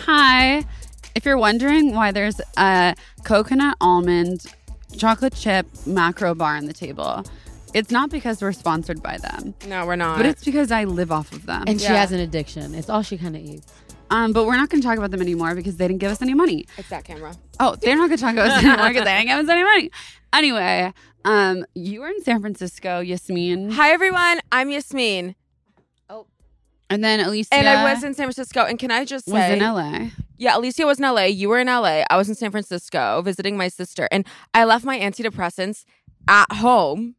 Hi. If you're wondering why there's a coconut almond chocolate chip macro bar on the table, it's not because we're sponsored by them, No, we're not. but it's because I live off of them. And she Yeah. has an addiction. It's all she kind of eats. um, but we're not going to talk about them anymore because they didn't give us any money. It's that camera. Oh, they're not going to talk about us anymore because they didn't give us any money. Anyway, um, you were in San Francisco, Yasmin, Hi everyone, I'm Yasmin, and then Alicia and I was in San Francisco. And can I just was say, in LA. yeah, Alicia was in LA. You were in LA. I was in San Francisco visiting my sister, and I left my antidepressants at home,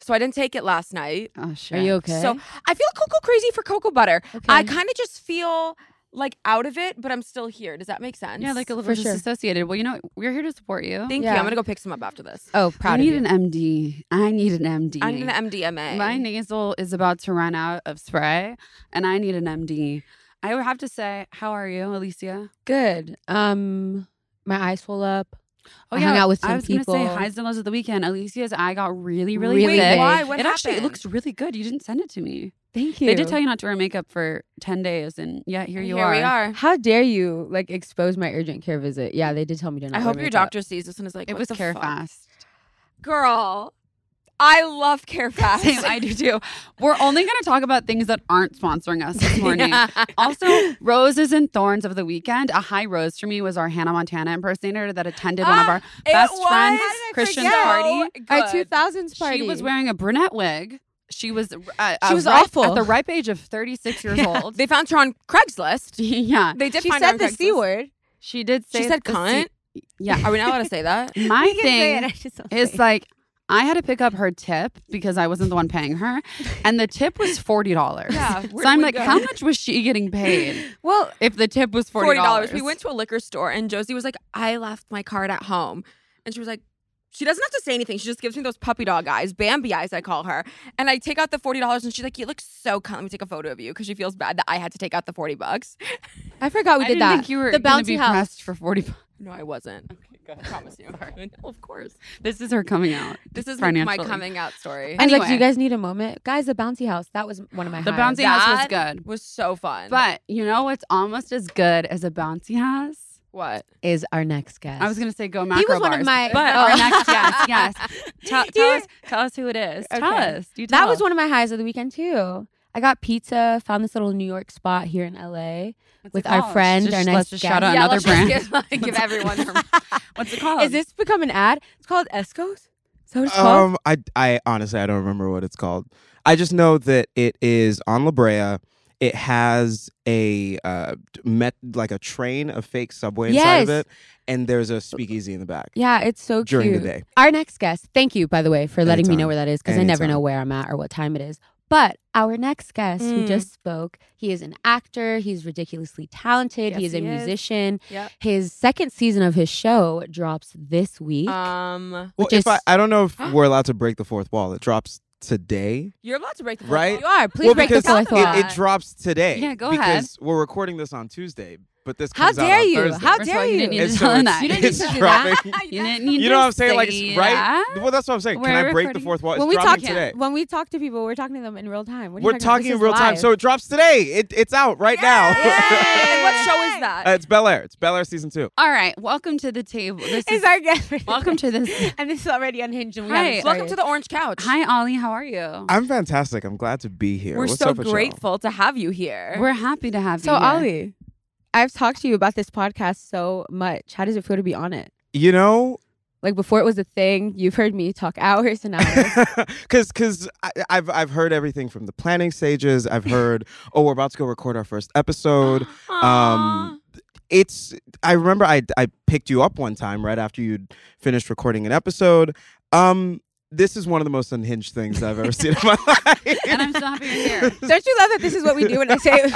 so I didn't take it last night. Oh shit! Are you okay? So I feel cocoa crazy for cocoa butter. okay. I kind of just feel like out of it, but I'm still here. Does that make sense? Yeah, like a little For sure. disassociated. Well, you know, we're here to support you. Thank Yeah. you. I'm gonna go pick some up after this. oh, proud I of need you. an MD. I need an MD. I'm gonna MDMA. My nasal is about to run out of spray, and I need an MD. I would have to say, how are you, Alicia? Good. Um, my eyes full up. Oh I hung out with I some was gonna say people. highs and lows of the weekend. Alicia's eye got really, really, Really Wait, thick. big. why? What it actually happened? looks really good. You didn't send it to me. Thank you. They did tell you not to wear makeup for ten days, and yet here you Here are. we are. How dare you like expose my urgent care visit? Yeah, they did tell me to not. I wear hope your makeup. doctor sees this and is like, It "What was the care fuck?" fast. Girl, I love CareFast. Same, I do too. We're only going to talk about things that aren't sponsoring us this morning. Oh Also, roses and thorns of the weekend. A high rose for me was our Hannah Montana impersonator that attended one of Ah, our it best was friends, How did I Christian's forget? party. So Our two good. thousands party. She was wearing a brunette wig. She was uh, She uh, was ripe- awful. at the ripe age of 36 years old. They found her on Craigslist. yeah, They did She find her said on the Craigslist. c word. she did say She said the cunt. se- yeah, Are we not allowed to say that? my can say thing it, I just don't say is it. like I had to pick up her tip because I wasn't the one paying her, and the tip was forty dollars. Yeah, so where I'm we like, go? how much was she getting paid Well, if the tip was forty Forty dollars? dollars. We went to a liquor store and Josie was like, "I left my card at home," and she was like. She doesn't have to say anything. She just gives me those puppy dog eyes, Bambi eyes, I call her. And I take out the forty dollars, and she's like, "You look so kind. Let me take a photo of you," because she feels bad that I had to take out the forty bucks. I forgot we I did didn't that. think you were the going to bouncy be house. pressed for forty. bu- No, I wasn't. Okay, go ahead. I promise you. No, of course. This is her coming out. This is like, my financially. coming out story. I was like, Anyway. "Do you guys need a moment, guys?" The bouncy house. That was one of my. The highs. bouncy house was That good, was so fun. but you know what's almost as good as a bouncy house? what? is our next guest. I was gonna say go macro was one of bars, my- But Oh. our next yes, yes. Tell, Do tell you- us, tell us who it is. Tell Okay. us. You That tell. Oh. was one of my highs of the weekend too. I got pizza, found this little New York spot here in LA. What's it with our called? friend, Just- Let's our next just shout guest. out yeah, another let's just brand. Give, like, give everyone their What's it Oh. called? Is this become an ad? It's called Esco's. So it's called. Um, I, I honestly I don't remember what it's called. I just know that it is on La Brea. It has a uh, met like a train, a fake subway inside of Yes. it, and there's a speakeasy in the back Yeah, it's so during cute. the day. Our next guest. Thank you, by the way, for letting me know Anytime. where that is because I never Anytime. know where I'm at or what time it is. But our next guest who Mm. just spoke, he is an actor. He's ridiculously talented. he Yes, is a he is. musician. Yep. His second season of his show drops this week. Um, Well, Which if I, is- I don't know if we're allowed to break the fourth wall. It drops today. you're allowed to break the fourth Right? you wall. are. Please well, break the because fourth it- wall. It, drops today. Yeah, go because ahead. we're recording this on Tuesday, but this How comes out dare on you? Thursday. How First of dare all, you? you? didn't need And to so tell him it's- that. You didn't need it's to do that. dropping- You didn't need to You know what I'm saying? Like, say it's right? that. Well, that's what I'm saying. Can We're I break the recording- fourth wall? It's when we dropping talk Oh, today. when we talk to people, we're talking to them in real time. What are you We're talking about? in This real is time, live. so it drops today. It, it's out right And now. what show is that? Uh, it's Bel Air. It's Bel Air season two. All right. Welcome to the table. This is is our guest. for welcome to this. and this is already unhinged. And we Hi. haven't Welcome started. to the Orange Couch. Hi, Ollie. How are you? I'm fantastic. I'm glad to be here. We're What's so up with y'all? grateful to have you here. We're happy to have So you. here. Ollie, I've talked to you about this podcast so much. How does it feel to be on it? You know, Like before it was a thing, you've heard me talk hours and hours. because because I've I've heard everything from the planning stages. I've heard oh we're about to go record our first episode. Aw. Um, it's I remember I I picked you up one time right after you'd finished recording an episode. Um this is one of the most unhinged things I've ever seen in my life. And I'm so happy you're here. Don't you love that this is what we do when I say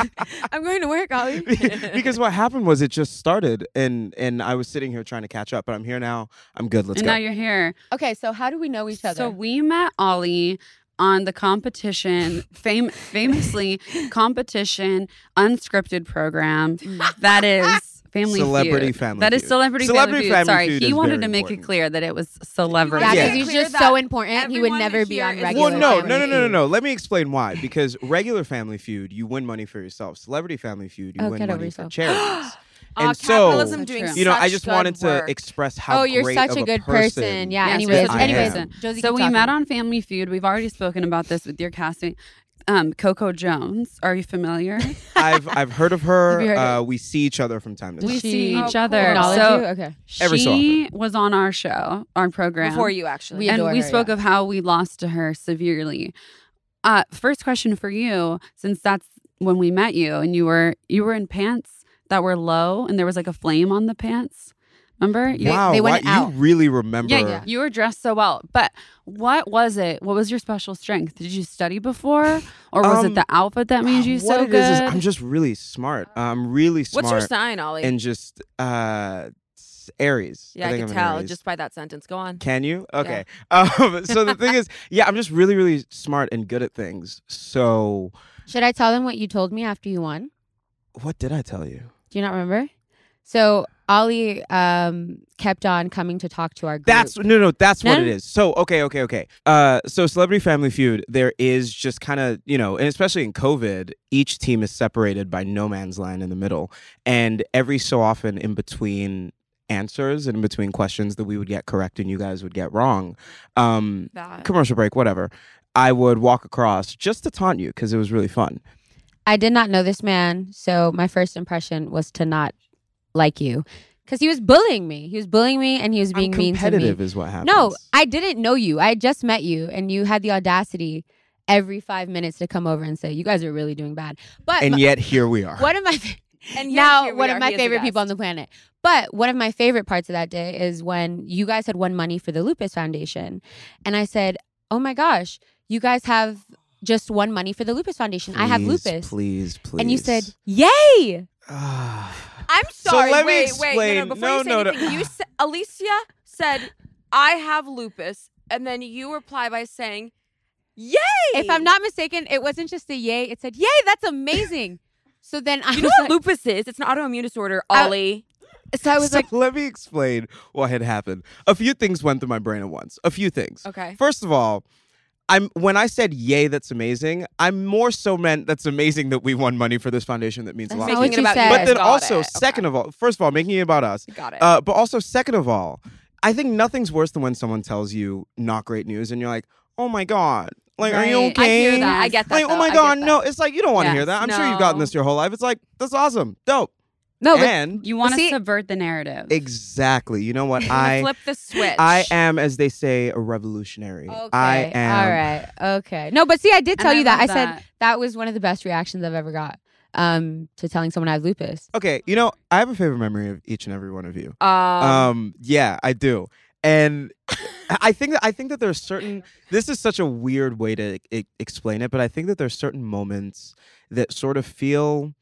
I'm going to work, Ollie? because what happened was it just started and and I was sitting here trying to catch up, but I'm here now. I'm good. Let's and go. now you're here. Okay, so how do we know each other? So we met Ollie on the competition, fam- famously competition unscripted program that is Family Celebrity Feud. Family That is Feud. Celebrity, Celebrity Feud. Family Sorry, Feud he is wanted very to make it important. clear that it was celebrity. yeah, Yeah. because he's Clear just that so important. He would everyone never be here on is- regular. well, no, Family no, no, no, no, Feud. no. Let me explain why. Because regular Family Feud, you win money for yourself. Celebrity Family Feud, you Oh, win get over money for yourself. charities. Aw, and so, capitalism doing You you know, such I just good wanted work. to express how Oh, you're great such of a good person. person. Yeah. Yes, anyways, I anyways, am. Josie, so keep we talking. met on Family Feud. We've already spoken about this with your castmate, um, Coco Jones. Are you familiar? I've I've heard of her. Have you heard uh, of we see each other from time to we time. see Oh, each cool. other. Acknowledge So you? Okay. Every so she was on our show, our program Before you, actually. We and adore we her, spoke yeah. of how we lost to her severely. Uh, first question for you, since that's when we met you, and you were you were in pants that were low, and there was like a flame on the pants. Remember? You- Wow, they why, went out. you really remember. yeah, yeah, you were dressed so well. But what was it? What was your special strength? Did you study before, or was Um, it the outfit that made you what so it good? is is I'm just really smart. I'm really smart What's your sign, Ollie? and just uh s- Aries. yeah, I, think can I'm an tell Aries. just by that sentence. Go on. Can you? Okay. Um, so the thing is, yeah, I'm just really, really smart and good at things. So Should I tell them what you told me after you won? what did I tell you? Do you not remember? So Ollie um, kept on coming to talk to our group. That's no, no. That's what No? it is. So okay, okay, okay. Uh, so Celebrity Family Feud, there is just kind of you know, and especially in COVID, each team is separated by no man's land in the middle, and every so often in between answers and in between questions that we would get correct and you guys would get wrong. Um, That. commercial break, whatever. I would walk across just to taunt you because it was really fun. I did not know this man, so my first impression was to not like you because he was bullying me. He was bullying me, and he was being I'm mean to me. competitive is what happens. No, I didn't know you. I had just met you, and you had the audacity every five minutes to come over and say, "You guys are really doing bad." But and my- yet here we are. one of my fa- And yet now here we one are, of my he is the favorite people on best. the planet. But one of my favorite parts of that day is when you guys had won money for the Lupus Foundation, and I said, "Oh my gosh, you guys have." Just won money for the Lupus Foundation. I have Please, lupus. Please, please. And you said, "Yay!" Ah. I'm So sorry. let me wait, wait. No, explain. no, before No, you say no, no. anything, you sa- Alicia said, "I have lupus," and then you reply by saying, "Yay!" If I'm not mistaken, it wasn't just a yay; it said, "Yay, that's amazing." so then I you know was what like, lupus is? It's an autoimmune disorder, I- Ollie. so I was so like, let me explain what had happened. A few things went through my brain at once. A few things. okay. First of all, I'm when I said yay, that's amazing, I'm more so meant that's amazing that we won money for this foundation. That means That's a lot. not to what me. you said. But then Got also, it. Okay. second of all, first of all, making it about us. Got it. Uh, but also, second of all, I think nothing's worse than when someone tells you not great news and you're like, oh my God. Like, are you Right. I okay? hear that. I get that. Like, oh though. I my get God, that. no. It's like, you don't want to hear Yes. that. I'm sure you've gotten No. this your whole life. It's like, that's awesome. Dope. "No, but and you want to See- subvert the narrative. exactly. You know what? I'm gonna I flip the switch. I am, as they say, a revolutionary. I Okay, am. All right. Okay. No, but see, I did And tell I you that. love I said that was one of the best reactions I've ever got um, to telling someone I have lupus. Okay, you know, I have a favorite memory of each and every one of you. Um, Um, yeah, I do. And I think that I think that there's certain this is such a weird way to e- explain it, but I think that there's certain moments that sort of feel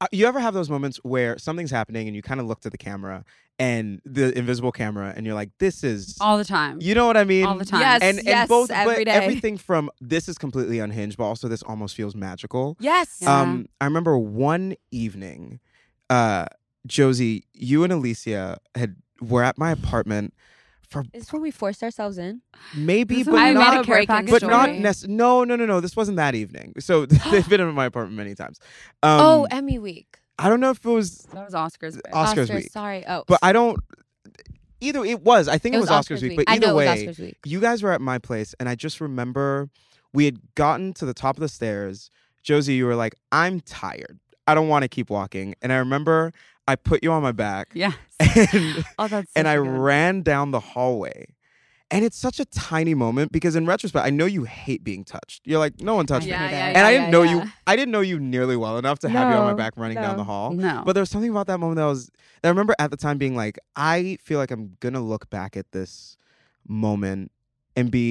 Uh, you ever have those moments where something's happening and you kind of look to the camera and the invisible camera and you're like this is all the time. you know what I mean? all the time. Yes. and and both every but day. everything from this is completely unhinged, but also this almost feels magical. yes. Yeah. Um, I remember one evening, uh, Josie, you and Alicia had were at my apartment for Is this when we forced ourselves in? maybe, This is but when I we love made not a a care break-in package but not story. nec- no no no no this wasn't that evening so they've been in my apartment many times um oh, Emmy week. i don't know if it was That was Oscars. big. oscars, Oscars, week sorry. Oh. but i don't either it was i think it, was, oscars, week, but I either know way it was Oscars week. you guys were at my place and i just remember we had gotten to the top of the stairs josie you were like i'm tired i don't want to keep walking and i remember i put you on my back Yes. and, Oh, that's. and such i a good one. ran down the hallway And it's such a tiny moment because in retrospect, I know you hate being touched. You're like, no one touched me. Yeah, yeah, and I didn't know you I didn't know you nearly well enough to have you on my No, back running down no. the hall. No. But there was something about that moment that was that I remember at the time being like, I feel like I'm gonna look back at this moment and be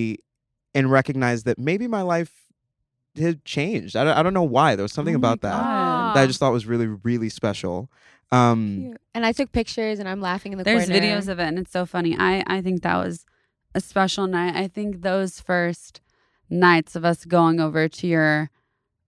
and recognize that maybe my life had changed. I don't, I don't know why. There was something Oh my about that God. that I just thought was really really special. Um, And I took pictures and I'm laughing in the There's corner. videos of it, and it's so funny. I I think that was a special night. I think those first nights of us going over to your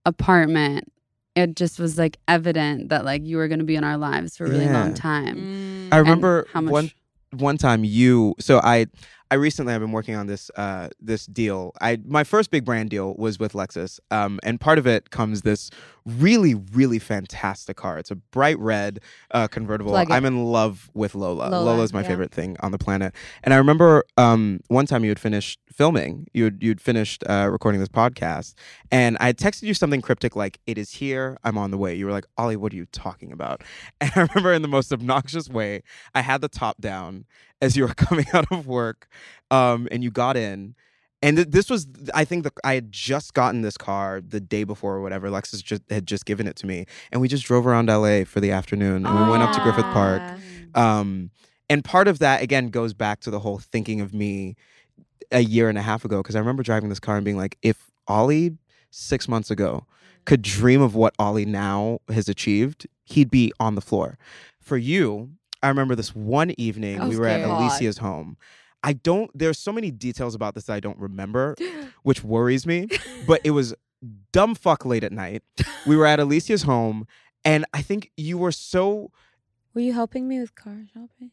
apartment, it just was like evident that like you were going to be in our lives for a really Yeah. long time. Mm. I And remember how much? one one time you so i i recently i've been working on this uh this deal i my first big brand deal was with lexus um and part of it comes this really really fantastic car it's a bright red uh convertible Plug it. i'm in love with lola, Lola, lola's my yeah. favorite thing on the planet and i remember um one time you had finished filming you had you'd finished uh recording this podcast and i had texted you something cryptic like it is here i'm on the way you were like ollie what are you talking about and i remember in the most obnoxious way I had the top down as you were coming out of work, um, and you got in. And th- this was, I think, the, I had just gotten this car the day before or whatever. Lexus just, had just given it to me, and we just drove around LA for the afternoon, and Mm. we went up to Griffith Park. Um, and part of that again goes back to the whole thinking of me a year and a half ago because I remember driving this car and being like, if Ollie six months ago could dream of what Ollie now has achieved, he'd be on the floor. For you, I remember this one evening we were at Okay. Alicia's home. I don't. There's so many details about this that I don't remember, which worries me. But it was dumb fuck late at night. We were at Alicia's home, and I think you were so Were you helping me with car shopping?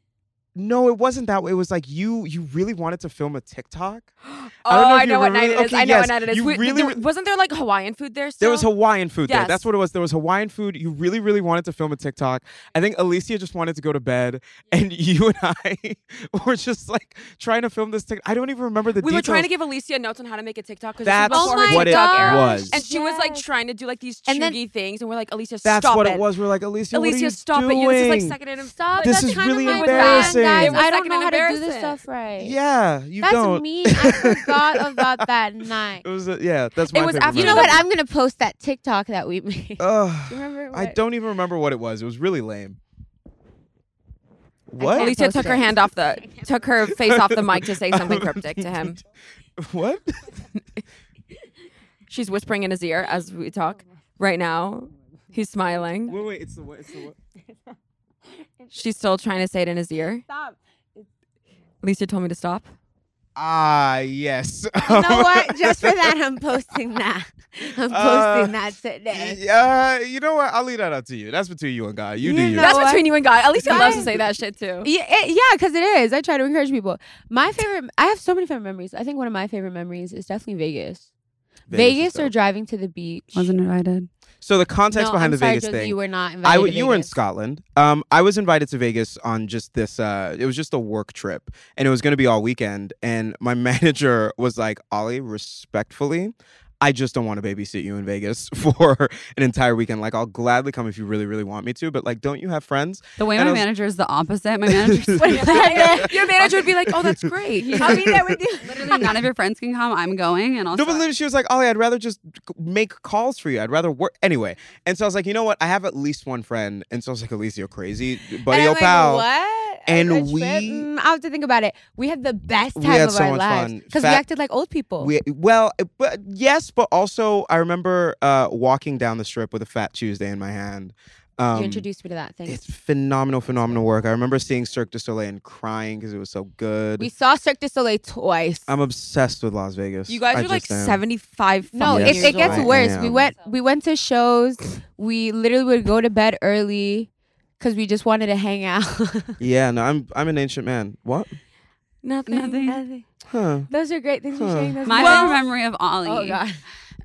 no, it wasn't that way. It was like you you really wanted to film a TikTok. Oh, I don't know if I you know what night remember- it is. okay, I know yes, what night it is. you We- really there- re- wasn't there like Hawaiian food there? Still? There was Hawaiian food there. Yes. That's what it was. There was Hawaiian food. You really, really wanted to film a TikTok. I think Alicia just wanted to go to bed, and you and I were just like trying to film this TikTok. I don't even remember the we were details. trying to give Alicia notes on how to make a TikTok because That's Oh this was before her what it TikTok era. was. And she was like Yes. trying to do like these And then- chuggy things, and we're like, Alicia, stop That's what it. it was. We're like Alicia. what are Alicia, you stop doing? it. You know, this is like second item. Stop. This That's is kind of really my my brand, embarrassing. guys. was I don't second know how to do this embarrassing. stuff right. Yeah, you That's don't. me. I forgot about that night. It was a, yeah. That's It my was favorite after You know memory. what? I'm gonna post that TikTok that we made. Ugh, Do you remember? I what- don't even remember what it was. It was really lame. can't What? Alicia post took her it. hand off the took her face off the mic to say something cryptic to him. Oh, What? She's whispering in his ear as we talk right now. He's smiling. wait, wait. It's the what? It's the what? She's still trying to say it in his ear. Stop. Alicia told me to stop. Ah, yes. You know what? Just for that, I'm posting that. I'm posting Uh, that today. Yeah, you know what? I'll leave that up to you. That's between you and God. You, do You you. know That's what? between you and God. Alicia loves to Guys. say that shit too. Yeah, it, eh, yeah, because it is. I try to encourage people. My favorite, I have so many favorite memories. I think one of my favorite memories is definitely Vegas. Vegas, is or dope. driving to the beach. Wasn't invited. so the context No, behind I'm the sorry, Vegas Josie, thing. You were not invited. I to w- you were in Vegas. Scotland. Um, I was invited to Vegas on just this. Uh, it was just a work trip, and it was going to be all weekend. And my manager was like, "Ollie, respectfully." I just don't want to babysit you in Vegas for an entire weekend. Like, I'll gladly come if you really, really want me to, but like, don't you have friends? The way And my I was- manager is the opposite. My manager's like, Your manager would be like, "Oh, that's great. I'll be there with you." literally none of your friends can come. I'm going, and also No, but literally, she was like, Ollie, I'd rather just c- make calls for you. I'd rather work. Anyway. And so I was like, you know what? I have at least one friend. And so I was like, Elise, you're crazy. Buddy, and oh, I'm like, pal. What? And A trip? we- Mm, I'll have to think about it. We had the best We time had of so our much lives fun. because we Fat- acted like old people. We, well, eh, but yes, but also I remember uh, walking down the strip with a Fat Tuesday in my hand. Um, you introduced me to that thing. It's phenomenal, phenomenal work. I remember seeing Cirque du Soleil and crying because it was so good. We saw Cirque du Soleil twice. I'm obsessed with Las Vegas. You guys I are like just am. seventy-five. no, fucking Yes, it, years it gets old. I worse. We am. went we went to shows. We literally would go to bed early because we just wanted to hang out. Yeah, no, I'm I'm an ancient man. What? Nothing. nothing. Huh? Those are great things Huh. you're saying. Those My are favorite great- memory of Ollie. oh god.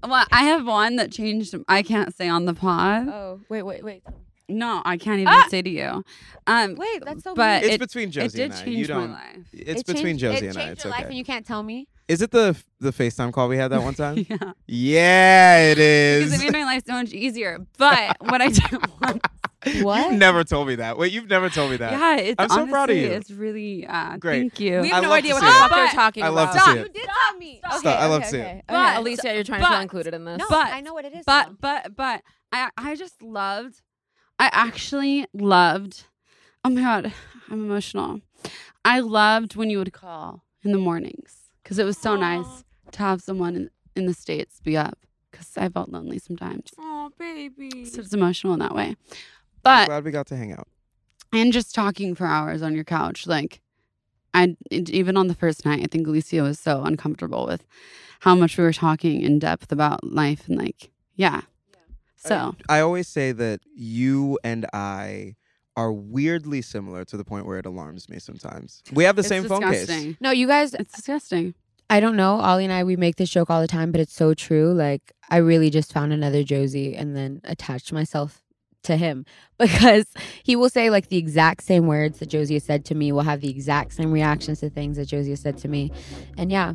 Well, I have one that changed. I can't say on the pod. Oh wait wait wait No, I can't even Ah! say to you. Um, wait. That's so. But weird. It's it- between it Josie did and I. You change my don't. life. It's It between changed- Josie it and I. changed It's your life okay. and you can't tell me. Is it the the FaceTime call we had that one time? Yeah, yeah, it because is. it made my life so much easier. But what I did was What? You've never told me that. Wait, you've never told me that. Yeah, it's I'm so proud of honestly- you. It's really uh, Great. Thank you. We I have no love idea to what see the it. fuck they're talking I love about. to see it. did stop me. Stop. I love to see it. Okay, But- Alicia, you're trying to but- feel included in this. No, But- I know what it is. now. but but but I I just loved I actually loved oh my god, I'm emotional. I loved when you would call in the mornings because it was so nice to have someone in, in the States be up because I felt lonely sometimes. Oh, baby. So it's emotional in that way. I'm But glad we got to hang out. and just talking for hours on your couch, like I even on the first night, I think Alicia was so uncomfortable with how much we were talking in depth about life and like yeah. So I always say that you and I are weirdly similar to the point where it alarms me sometimes. We have the It's same phone case. disgusting. no, you guys, It's disgusting. I don't know. Ollie and I, we make this joke all the time, but it's so true. Like, I really just found another Josie and then attached myself to him because he will say like the exact same words that Josie has said to me, will have the exact same reactions to things that Josie has said to me. And yeah,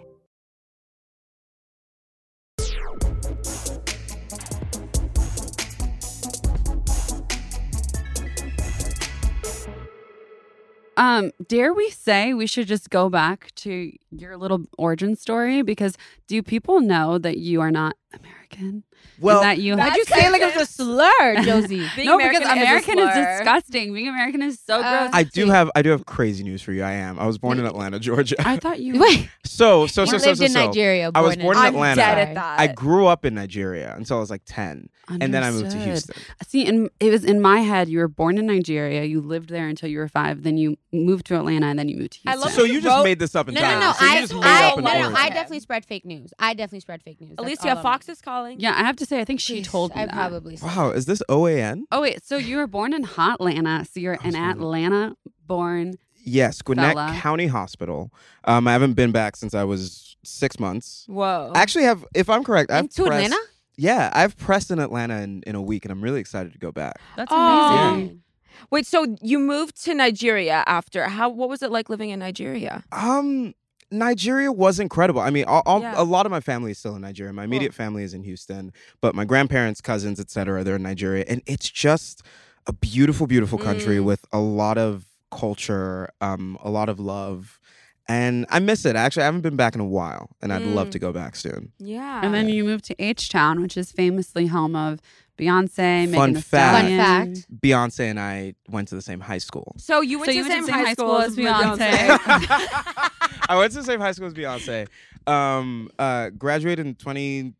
Um, dare we say we should just go back to your little origin story? Because do people know that you are not American? And Well, that you That's you say it like it was a slur, Josie. Being no, because American American is a is, slur. disgusting. Being American is so Uh, gross. I do have I do have crazy news for you. I am. I was born in Atlanta, Georgia. I thought you. Wait, So so you so lived so so. in so. Nigeria. I was born in I'm Atlanta. dead at Sorry. that. I grew up in Nigeria until I was like ten, and then I moved to Understood. Houston. See, and it was in my head. You were born in Nigeria. You lived there until you were five. Then you moved to Atlanta, and then you moved to I Houston. love So that you you just wrote- made this up in No, no, time. no, So you I- just made I- up an no, no, origin. I definitely spread fake news. I definitely spread fake news. That's all Alicia I'm- Fox is calling. yeah, I have to say, I think she Jeez, told me I that. probably. said Wow, is this OAN? Oh wait, so you were born in Hotlanta. So you're I was an born in- Atlanta born. Yes, Gwinnett Fella. County Hospital. Um, I haven't been back since I was six months. Whoa. I actually have, if I'm correct, I've Into pressed- Atlanta? Yeah, I've pressed in Atlanta in, in a week, and I'm really excited to go back. That's Oh. amazing. Dang. Wait, so you moved to Nigeria after. How what was it like living in Nigeria? Um, Nigeria was incredible. I mean, all, all, Yeah. a lot of my family is still in Nigeria. My immediate family is in Houston, but my grandparents, cousins, etc., they're in Nigeria, and it's just a beautiful, beautiful country Mm. with a lot of culture, um, a lot of love, and I miss it. Actually, I haven't been back in a while, and I'd love Mm. to go back soon. Yeah. And then you moved to H Town, which is famously home of Beyonce. Megan Fun Thee fact. Fun Stallion. fact. Beyonce and I went to the same high school. so you went So to you the went same high school as Beyonce. Beyonce. I went to the same high school as Beyonce. Um, uh, graduated in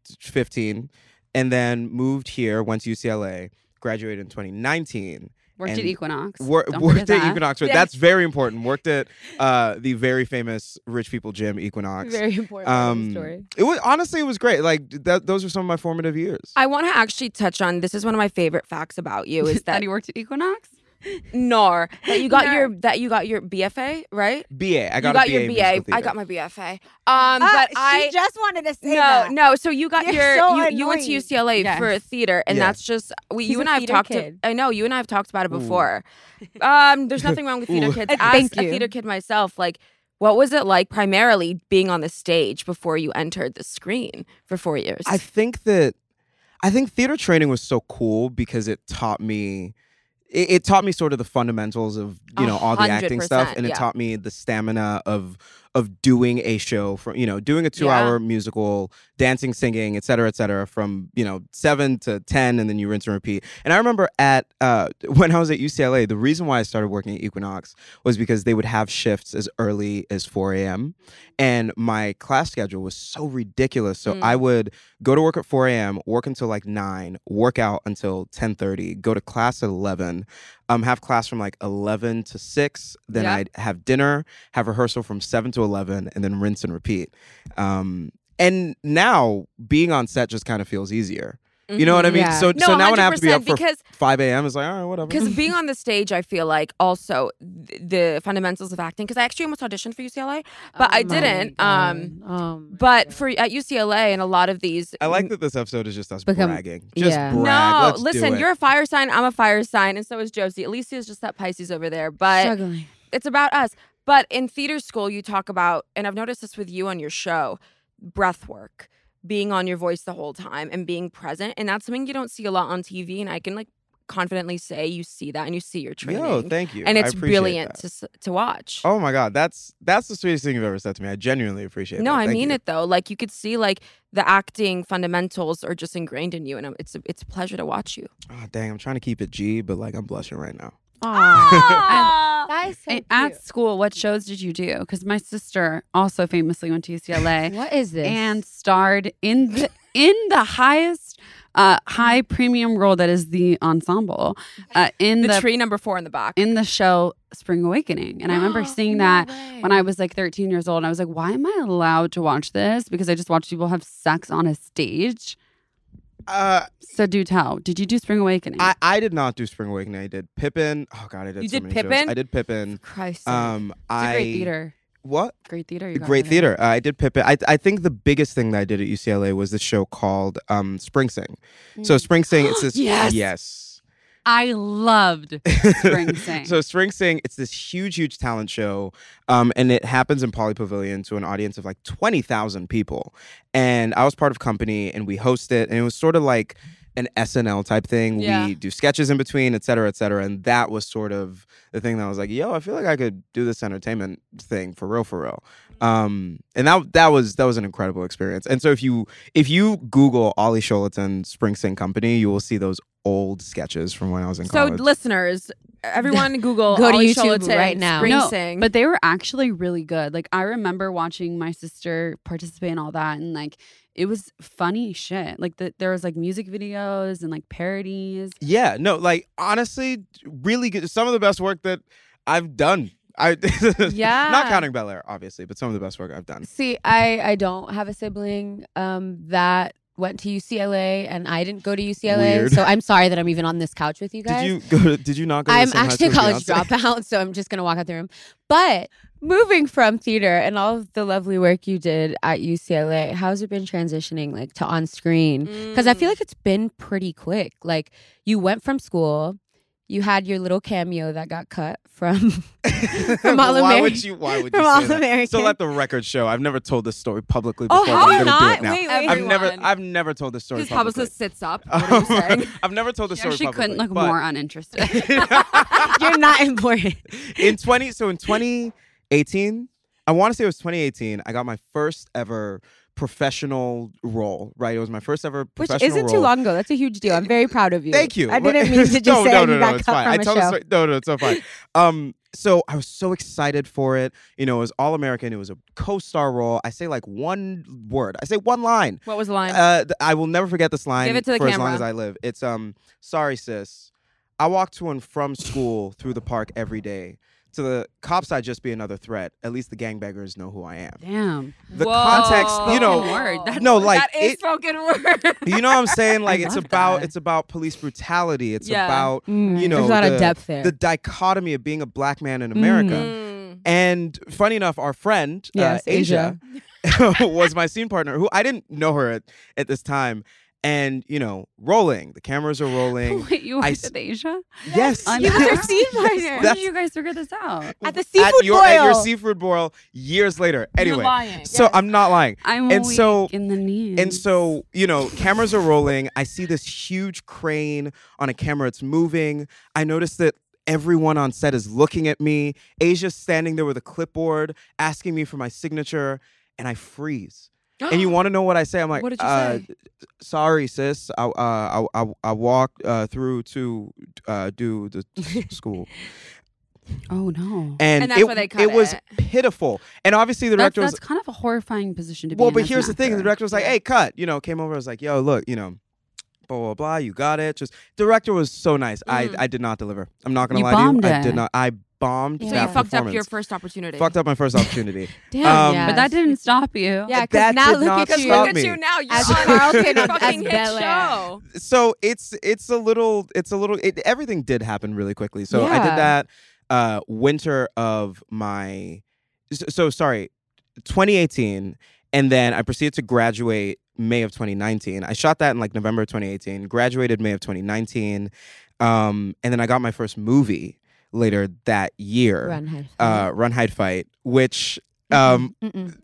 2015, and then moved here. Went to UCLA. Graduated in 2019. Worked at And Equinox. Wor- Don't worked forget that. at Equinox. but Yes. That's very important. Worked at uh, the very famous rich people gym, Equinox. Very important Um, story. It was honestly, it was great. Like that, those were some of my formative years. I want to actually touch on this is one of my favorite facts about you is that that he worked at Equinox. Nor that you got Nor. your that you got your BFA right. BA. I got, you a got BA in your musical BA. I theater. got my BFA. Um, but Uh, she I just wanted to say no, that. no. So you got You're your so you, you went to annoying. UCLA for Yes. theater, and Yeah. that's just we, She's you a and I have theater talked. kid. To, I know you and I have talked about it Ooh. before. um, there's nothing wrong with theater Ooh. kids. Uh, As thank a you. theater kid myself, like what was it like primarily being on the stage before you entered the screen for four years? I think that I think theater training was so cool because it taught me it, it taught me sort of the fundamentals of you A know all the hundred acting stuff percent, and it yeah. taught me the stamina of of doing a show from you know doing a 2 Yeah. hour musical dancing singing et cetera et cetera from you know 7 to 10 and then you rinse and repeat and I remember at uh when I was at UCLA the reason why I started working at Equinox was because they would have shifts as early as 4 a.m. and my class schedule was so ridiculous so Mm. I would go to work at 4 a.m., work until like 9, work out until 10.30, go to class at 11, um, have class from like 11 to 6, then Yeah. I'd have dinner, have rehearsal from 7 to 11, and then rinse and repeat. Um, and now being on set just kind of feels easier. You know what I mean? Yeah. So, Mm-hmm, No, so now when I have to be 100% up for because 5 a.m., it's like, all right, whatever. Because being on the stage, I feel like also th- the fundamentals of acting. Because I actually almost auditioned for UCLA, but Oh I didn't. Um, but for at UCLA and a lot of these, I like that this episode is just us Become- bragging. Just yeah. brag. no, Let's do listen, it. you're a fire sign. I'm a fire sign, and so is Josie. Alicia is just that Pisces over there, but struggling. it's about us. But in theater school, you talk about, and I've noticed this with you on your show, breath work, being on your voice the whole time and being present, and that's something you don't see a lot on TV. And I can like confidently say you see that and you see your training. Yo, thank you. and I it's appreciate brilliant that. to, s- to watch. Oh my God, that's that's the sweetest thing you've ever said to me. I genuinely appreciate no, that. I Thank mean you. it though. Like you could see, like the acting fundamentals are just ingrained in you, and um, it's a, it's a pleasure to watch you. Oh, dang, I'm trying to keep it G, but like I'm blushing right now. Ah! That is so And cute. at school, what shows did you do? Because my sister also famously went to UCLA what is this? and starred in the in the highest uh, high premium role that is the ensemble uh, in The, the, tree number four in the back. in the show Spring Awakening, and I remember seeing that when I was like 13 years old, and I was like, why am I allowed to watch this? Because I just watched people have sex on a stage. Uh, So do tell, did you do Spring Awakening? I I did not do Spring Awakening. I did Pippin. Oh God, I did. You so did many shows. Pippin? I did Pippin. Christ, Um, it's a I great theater, what great theater, you got great over there. theater. Uh, I did Pippin. I I think the biggest thing that I did at UCLA was this show called um Spring Sing. So Mm. Spring Sing, it's this Yes! yes. I loved Spring Sing. so Spring Sing, it's this huge, huge talent show, um, and it happens in Poly Pavilion to an audience of like twenty thousand people. And I was part of company, and we host it, and it was sort of like an SNL type thing. Yeah. We do sketches in between, et cetera, et cetera. And that was sort of the thing that I was like, yo, I feel like I could do this entertainment thing for real, for real. Um, and that that was that was an incredible experience. And so if you if you Google Ollie Sholaton Spring Sing Company, you will see those old sketches from when I was in So college. listeners, everyone Google Go to Ollie YouTube Sholaton, right now. Spring No, Sing. But they were actually really good. Like I remember watching my sister participate in all that and like it was funny shit. Like the, there was like music videos and like parodies. Yeah, no, like honestly, really good. Some of the best work that I've done. I Yeah. not counting Bel Air, obviously, but some of the best work I've done. See, I I don't have a sibling um that went to UCLA and I didn't go to UCLA. Weird. So I'm sorry that I'm even on this couch with you guys. Did you go? To, did you not go? to the I'm same high actually a school college as Beyonce? dropout, so I'm just gonna walk out the room. But moving from theater and all of the lovely work you did at UCLA, how's it been transitioning like to on screen? Because I feel Mm. like it's been pretty quick. Like you went from school, you had your little cameo that got cut from from All why Ameri- would you? Why would you from say All that? American. So let the record show. I've never told this story publicly Oh, before. but how I'm gonna not? do it now. Wait, wait. I've never. Everyone. I've never told this story. his publicist publicly. sits up. What are you saying? I've never told this She story. actually couldn't look publicly, more uninterested. but- You're not important. in 20 so in 2018 i want to say it was 2018 i got my first ever professional role right it was my first ever Which professional isn't too role. long ago. That's a huge deal. I'm very proud of you. Thank you. I But- didn't mean to just no, say no, you no, no, got it's cut fine. from I a tell the show. story. No, no, it's so fine. Um, so I was so excited for it. You know, it was all American. It was a co-star role. I say like one word. I say one line. What was the line? Uh, th- I will never forget this line Give it to the for as long camera. as I live. It's um, sorry, sis. I walk to and from school through the park every day. to the cop side just be another threat, at least the gangbangers know who I am. Damn. The context, you know, Spoken word. That's- no, like that is it- spoken word. you know what I'm saying? Like it's love about that. it's about police brutality. It's Yeah. about Mm, you know There's a lot the, of depth there. the dichotomy of being a black man in America. Mm. And funny enough, our friend Yes, uh, Asia, was my scene partner, who I didn't know her at, at this time. And you know, rolling. The cameras are rolling. Wait, you I went s- to Asia? yes, On- He was her Yes. scene How partner. That's- did you guys figure this out? At the at seafood your, at your boil. seafood boil years later. You're Anyway, lying. so I'm not lying. I'm And weak so- in the knees. And so, you know, cameras are rolling. I see this huge crane on a camera. It's moving. I notice that everyone on set is looking at me. Asia's standing there with a clipboard asking me for my signature, and I freeze. and you want to know what I say? I'm like, What did you uh, say? Sorry, sis. I uh, I I, I walked uh, through to uh, do the school, Oh no. and, And that's it, why they cut it was it. pitiful. And obviously, the That's, director was that's kind of a horrifying position to be well, in. but as an here's the thing: the actor. director was like, "Hey, cut!" You know, came over. I was like, "Yo, look, you know, blah blah blah. You got it." Just director was so nice. Mhm. I I did not deliver. I'm not gonna You lie to you. bombed I it. did not. I bombed. So So that you fucked up performance. your first opportunity. Fucked up my first opportunity. Damn, Um, yeah. But that didn't stop you. Yeah, That because now did look not at Because you. stop look at me. you now. You're As on Carlton, a as fucking hit Bel Air. show. So it's it's a little it's a little it, everything did happen really quickly. So I Yeah. did that uh winter of my so, so sorry 2018 and then I proceeded to graduate May of 2019. I shot that in like November of 2018, graduated May of 2019. Um and then I got my first movie later that year. Run, hide, fight. Uh Run Hide Fight, which um Mm-mm, mm-mm.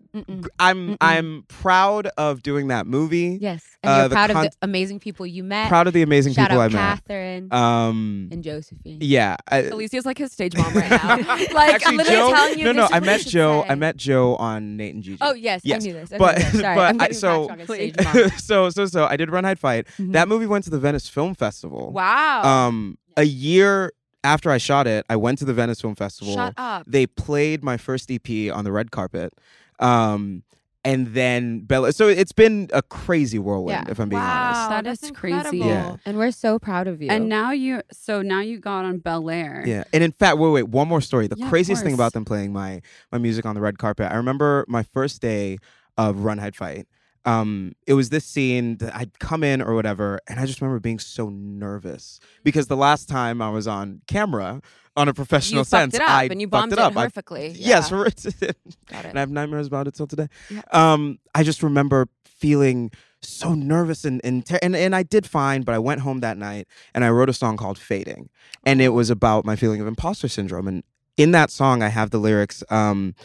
I'm Mm-mm. I'm proud of doing that movie. Yes, and uh, you're the proud con- of the amazing people you met. Proud of the amazing Shout people I out met. Catherine Um and Josephine. yeah, I, Alicia's like his stage mom right now. Like I'm Actually, literally Joe- telling you. No, this no, is I what met you should Joe. I say. met Joe on Nate and Gigi. Oh yes, Yes, I knew this. Okay, but- yes, sorry, but I'm I- getting so- backtracked on Please. stage mom. so so so I did Run Hide Fight. Mhm. That movie went to the Venice Film Festival. Mm-hmm. Wow. Um, a year after I shot it, I went to the Venice Film Festival. Shut up. They played my first EP on the red carpet. Um, and then Bella. So it's been a crazy whirlwind, Yeah. if I'm being wow, honest. That that's is crazy. incredible. Yeah. and we're so proud of you. And now you so now you got on Bel Air. Yeah, and in fact, wait, wait, one more story. The Yeah, of craziest thing course. about them playing my my music on the red carpet. I remember my first day of Run Head Fight. Um, it was this scene that I'd come in or whatever, and I just remember being so nervous because the last time I was on camera on a professional You sense, fucked it up I and you fucked bombed it, it up. I- horrifically. Yes, Yeah. Got it. and I have nightmares about it till today. Yeah. Um, I just remember feeling so nervous and and, ter- and and I did fine, but I went home that night and I wrote a song called "Fading," and it was about my feeling of imposter syndrome. And in that song, I have the lyrics, um,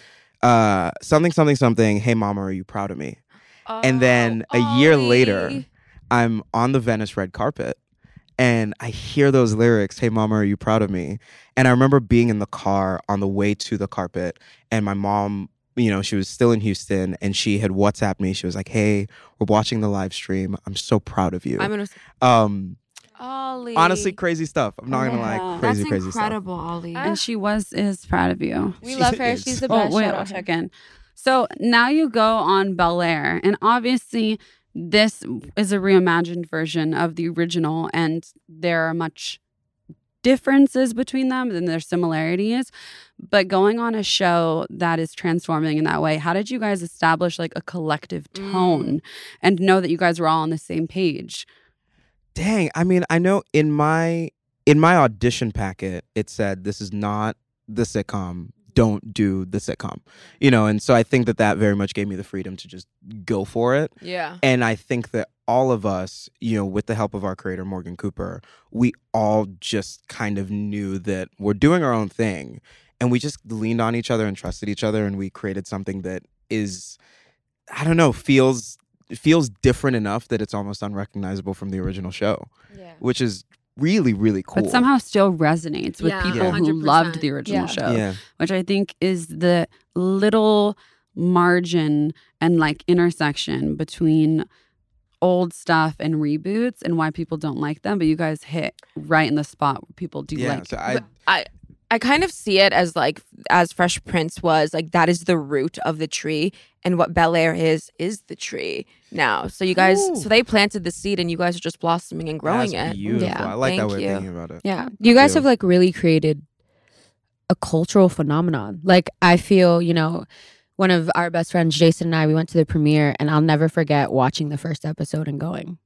uh, something, something, something. Hey, mama, are you proud of me? Oh, And then a year later, I'm on the Venice red carpet and I hear those lyrics, Hey, mama, are you proud of me? And I remember being in the car on the way to the carpet, and my mom, you know, she was still in Houston and she had WhatsApped me. She was like, Hey, we're watching the live stream. I'm so proud of you. I'm gonna. um, Ollie. honestly, crazy stuff. I'm not gonna lie. Wow. That's Crazy, crazy stuff. incredible, Ollie. And she was is proud of you. we love She her. is. She's the Oh best. wait, Shout I'll out her. check in. So now you go on Bel Air, and obviously this is a reimagined version of the original, and there are much differences between them and their similarities. But going on a show that is transforming in that way, how did you guys establish like a collective Mm. tone and know that you guys were all on the same page? Dang. I mean, I know in my in my audition packet, it said this is not the sitcom. Don't do the sitcom, you know. And so I think that that very much gave me the freedom to just go for it. yeah. And I think that all of us, you know, with the help of our creator, Morgan Cooper, we all just kind of knew that we're doing our own thing. And we just leaned on each other and trusted each other. And we created something that is, I don't know, feels feels different enough that it's almost unrecognizable from the original show, Yeah. which is really, really cool. But somehow still resonates with Yeah, people Yeah. who loved 100%. the original Yeah. show. yeah. which I think is the little margin and like intersection between old stuff and reboots and why people don't like them. But you guys hit right in the spot where people do Yeah. like so I, I I kind of see it as like as Fresh Prince was like that is the root of the tree, and what Bel Air is is the tree now. So you guys, Ooh. so they planted the seed, and you guys are just blossoming and growing that's it. beautiful. Yeah. I like that Thank way you. of thinking about it. Yeah. You guys Yeah. have like really created a cultural phenomenon. Like I feel, you know, one of our best friends, Jason and I, we went to the premiere, and I'll never forget watching the first episode and going,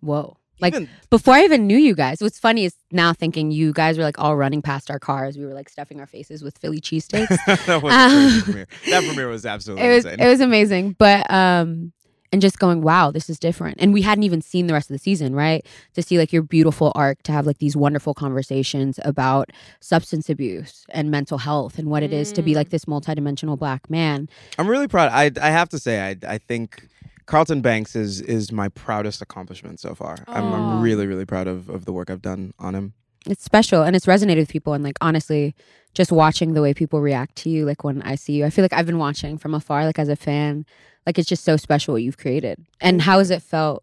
"Whoa!" Like Even- before I even knew you guys. What's funny is now thinking you guys were like all running past our cars. We were like stuffing our faces with Philly cheesesteaks. that Um, was a crazy premiere. That premiere was absolutely it was insane. it was amazing but um and just going wow this is different and we hadn't even seen the rest of the season right to see like your beautiful arc to have like these wonderful conversations about substance abuse and mental health and what it is to be Mm. like this multidimensional black man I'm really proud. I I have to say, I I think Carlton Banks is is my proudest accomplishment so far. I'm, Aw. I'm really really proud of of the work I've done on him. it's special and it's resonated with people and like honestly just watching the way people react to you like when i see you i feel like i've been watching from afar like as a fan like it's just so special what you've created and how has it felt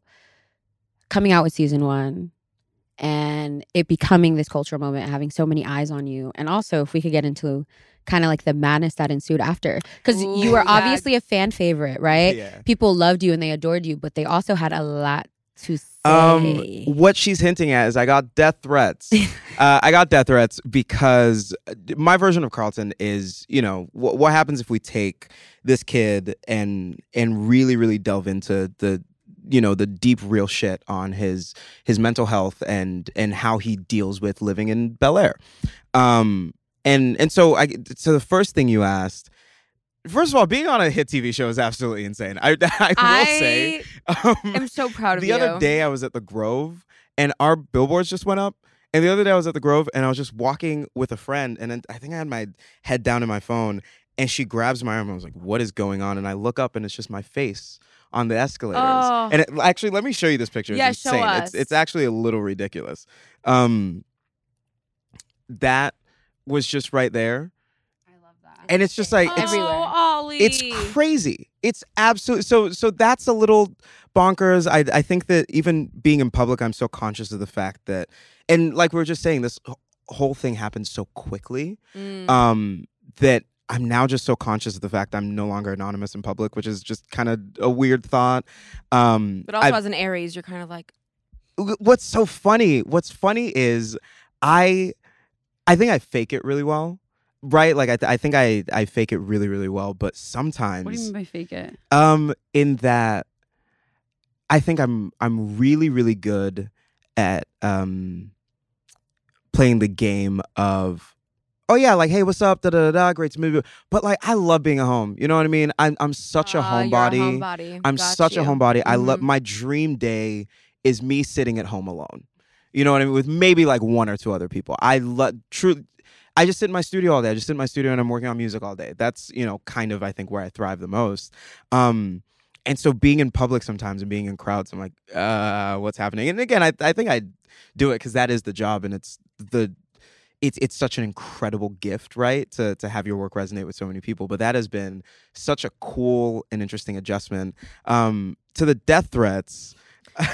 coming out with season one and it becoming this cultural moment having so many eyes on you and also if we could get into kind of like the madness that ensued after because you Ooh, were yeah. obviously a fan favorite right Yeah. people loved you and they adored you but they also had a lot to say Um, what she's hinting at is I got death threats. uh, I got death threats because my version of Carlton is, you know, wh- what happens if we take this kid and and really really delve into the you know the deep real shit on his his mental health and and how he deals with living in Bel Air. Um, and and so I so the first thing you asked. First of all, being on a hit TV show is absolutely insane. I, I will say. I Um, am so proud of the you. other day I was at the Grove and our billboards just went up. And the other day I was at the Grove and I was just walking with a friend and then I think I had my head down in my phone and she grabs my arm and I was like, "What is going on?" And I look up and it's just my face on the escalators. Oh. And it, actually, let me show you this picture. Yeah, it's show insane. us. It's it's actually a little ridiculous. Um, that was just right there, and it's just like oh, it's everywhere. Ollie. it's crazy. It's absolutely so. So that's a little bonkers. I I think that even being in public, I'm so conscious of the fact that, and like we were just saying, this wh- whole thing happened so quickly Mm-hmm. Mm. um, that I'm now just so conscious of the fact I'm no longer anonymous in public, which is just kind of a weird thought. Um, but also I've- as an Aries, you're kind of like, wh- what's so funny what's funny is i i think i fake it really well right like i, th- I think i i fake it really really well but sometimes What do you mean by fake it? um, in that I think I'm I'm really really good at um playing the game of oh yeah like hey what's up da da da, da great to meet you but like I love being at home you know what I mean I'm I'm such a "Ah, you're homebody homebody. I'm Got such a you." homebody I love Mhm. my dream day is me sitting at home alone you know what I mean with maybe like one or two other people I love truly I just sit in my studio all day. I just sit in my studio and I'm working on music all day. That's, you know, kind of I think where I thrive the most. Um and so being in public sometimes and being in crowds, I'm like, uh, what's happening? And again, I, I think I do it because that is the job and it's the it's it's such an incredible gift, right? To to have your work resonate with so many people. But that has been such a cool and interesting adjustment. Um to the death threats.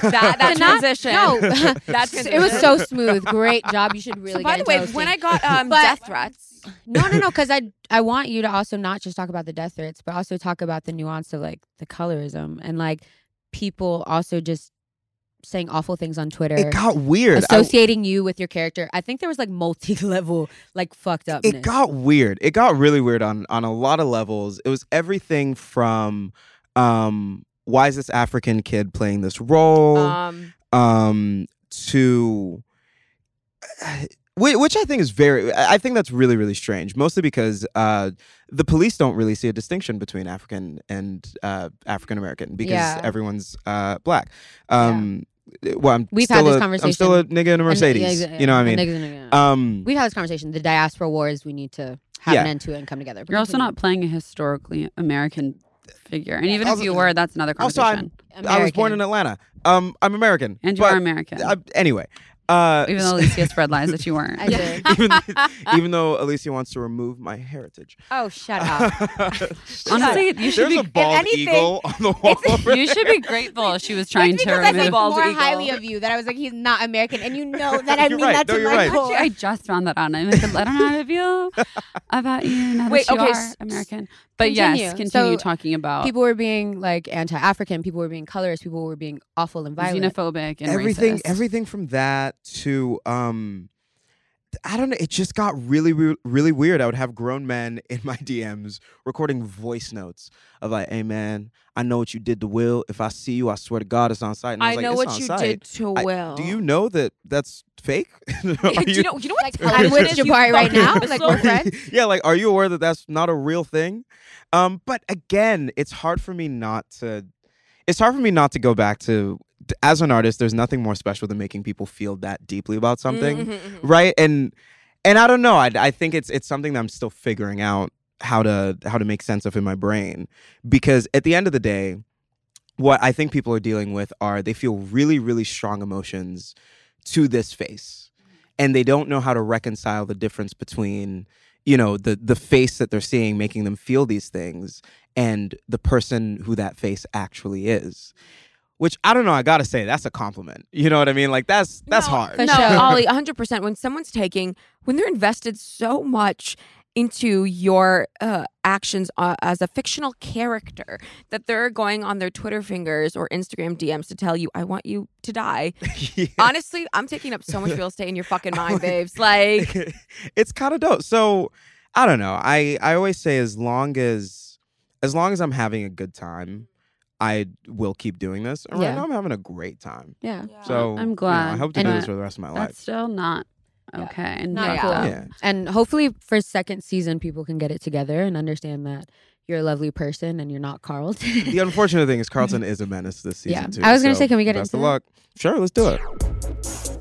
That, that But not- transition. no. that it was so smooth great job you should So really by the get way, into when hosting. I got um, But- death threats, No, no, no. Because I I want you to also not just talk about the death threats, but also talk about the nuance of like the colorism and like people also just saying awful things on Twitter, It got weird. I- associating you with your character. I think there was like multi level like fucked up. it got weird it got really weird on on a lot of levels it was everything from um why is this african kid playing this role Uh, um, um to whi- which i think is very i I think that's really really strange mostly because uh the police don't really see a distinction between african and uh african american because Yeah. everyone's uh black um well i'm We've had still this a- i'm still a nigga in a mercedes you know what i mean um We've had this conversation. The diaspora wars. We need to have an Yeah. end to it and come together. But You're also continue. not playing a historically American figure, and even Also- if you were, that's another Also, conversation. I'm- I was born in American. Atlanta. Um, I'm American. and you but- are American, Uh, anyway, uh, even though Alicia spread lies that you weren't. I did. even, even though Alicia wants to remove my heritage. Oh, shut up. Honestly, you should There's be. a bald anything, eagle on the wall. over you should be grateful she was trying to because I remove think Bald more eagle. highly of you that I was like, he's not American, and you know that I You're mean right. that No, to you're my right. core. I just found that out. I'm like, I don't know how to feel about you now Wait, that you okay, are s- American. But yes, continue. continue So, talking about people were being like anti-African, people were being colorist, people were being awful and violent. xenophobic and everything, racist. everything from that to um, I don't know. It just got really, re- really weird. I would have grown men in my DMs recording voice notes of like, "Hey man, I know what you did to Will. If I see you, I swear to God, it's on site." And I, I, was like, know "It's what on you site. did to I- Will. Oh. Do you know that that's fake? Are do you know? You know what's Like, hilarious I'm with is you Jabari right fucking now, like, whistle. we're friends. yeah, like, are you aware that that's not a real thing? Um, but again, it's hard for me not to. It's hard for me not to go back to. As an artist, there's nothing more special than making people feel that deeply about something, Mhm, mhm, mhm. right? And and I don't know. I I think it's it's something that I'm still figuring out how to how to make sense of in my brain because at the end of the day, what I think people are dealing with are they feel really really strong emotions to this face and they don't know how to reconcile the difference between you know the the face that they're seeing making them feel these things and the person who that face actually is which i don't know i gotta say that's a compliment you know what i mean like that's that's No, hard For no, sure. Ollie, 100%. When someone's taking, when they're invested so much into your uh, actions uh, as a fictional character that they're going on their Twitter fingers or Instagram DMs to tell you, I want you to die. Yeah. Honestly, I'm taking up so much real estate in your fucking mind, babes. Like, it's kind of dope. So I don't know. I I always say as long as as long as I'm having a good time, I will keep doing this. And right Yeah. now I'm having a great time. Yeah. So I'm you know, glad. I hope to And do I- this for the rest of my That's life. still not Yeah. okay. and Not not cool. cool. Yeah. And hopefully for second season people can get it together and understand that you're a lovely person and you're not Carlton. The unfortunate thing is Carlton is a menace this season Yeah. too. I was gonna so say, can we get best into that? of luck? Sure, let's do it.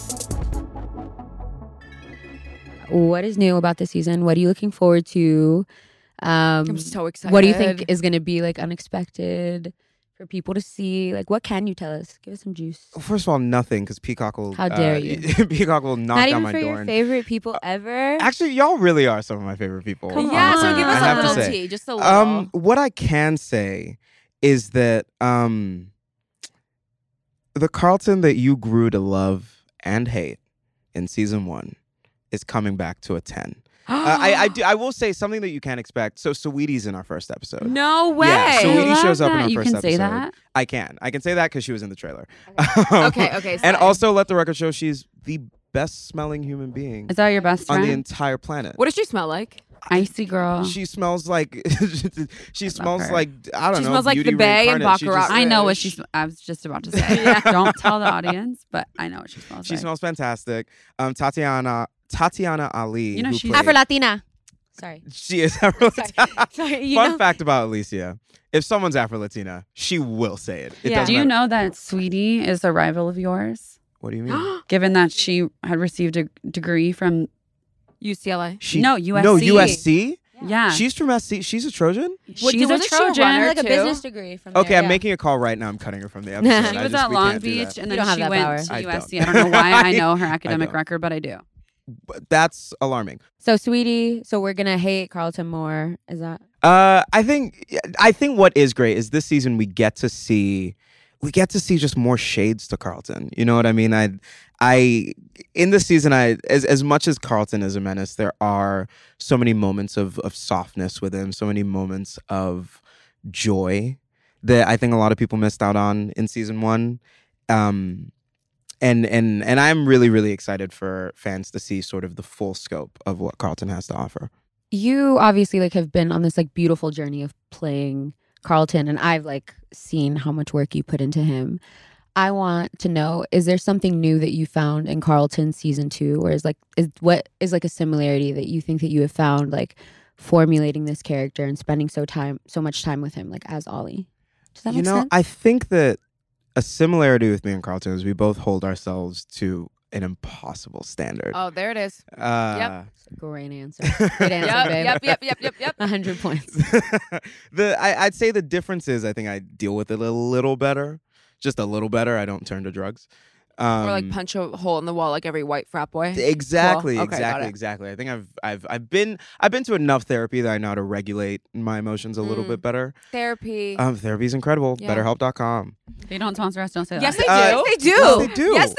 what is new about this season? What are you looking forward to? Um, I'm so excited. what do you think is going to be like unexpected for people to see? Like, what can you tell us? Give us some juice. First of all, nothing because Peacock will. How dare uh, you. Peacock will knock Not down even my for door. your and- Uh, favorite people ever. Actually, y'all really are some of my favorite people. Come Yeah, so on. give I us have a to little say. tea, just a little. Um, what I can say is that um, the Carlton that you grew to love and hate in season one is coming back to a ten. Uh, I I, do, I will say something that you can't expect. So Saweetie's in our first episode. No way. Yeah, so I Saweetie love shows up in that. our you first can say episode. that. I can I can say that because she was in the trailer. okay, okay. and sorry. also let the record show she's the best smelling human being Is that your best on the friend? entire planet. what does she smell like? Icy girl. She smells like she smells her. like I don't She know. smells like beauty the Bay and reincarnate. She Baccarat just- I know what she's. I was just about to say. Yeah. Don't tell the audience, but I know what she smells She like. smells fantastic. Um, Tatiana Tatiana Ali. You know who she's- played- Afro Latina. Sorry. She is Afro Latina. Sorry. You Fun know, fact about Alicia: if someone's Afro Latina, she will say it. it Yeah. doesn't Do you matter- know that Sweetie is a rival of yours? What do you mean? Given that she had received a degree from UCLA. She no No USC. USC. yeah, She's from SC. She's a Trojan. she's a wasn't she a Trojan. runner? like a too. business degree from Okay, there, I'm yeah. making a call right now. I'm cutting her from the episode. She I was just- at we can't Long do that. Beach, and You then don't have she that went power. to I don't. USC. I don't know why I know her academic don't. record, but I do. But That's alarming. So, sweetie, so we're going to hate Carlton more. Is that? Uh, I think I think what is great is this season we get to see we get to see just more shades to Carlton. You know what I mean? I I in this season I as as much as Carlton is a menace, there are so many moments of of softness with him, so many moments of joy that I think a lot of people missed out on in season 1. Um and and and I'm really really excited for fans to see sort of the full scope of what Carlton has to offer. you obviously like have been on this like beautiful journey of playing Carlton and I've like seen how much work you put into him. I want to know is there something new that you found in Carlton season 2 or is like is what is like a similarity that you think that you have found like formulating this character and spending so time so much time with him like as Ollie? Does that you make know, sense? I think that a similarity with me and Carlton is we both hold ourselves to an impossible standard. Oh, there it is. Uh, Great answer. Great answer, Yep, babe. yep, yep, yep, yep, yep. 100 points. the I, I'd say the difference is I think I deal with it a little better, just a little better. I don't turn to drugs. Um, or like punch a hole in the wall like every white frat boy. Exactly, Okay, got exactly, it. exactly. I think I've I've I've been I've been to enough therapy that I know how to regulate my emotions a little Mm. bit better. Therapy. Um, therapy's incredible. Yeah. BetterHelp.com. They don't sponsor us. Don't say yes, that. they do. Uh, yes, they do. yes, they do. Yes,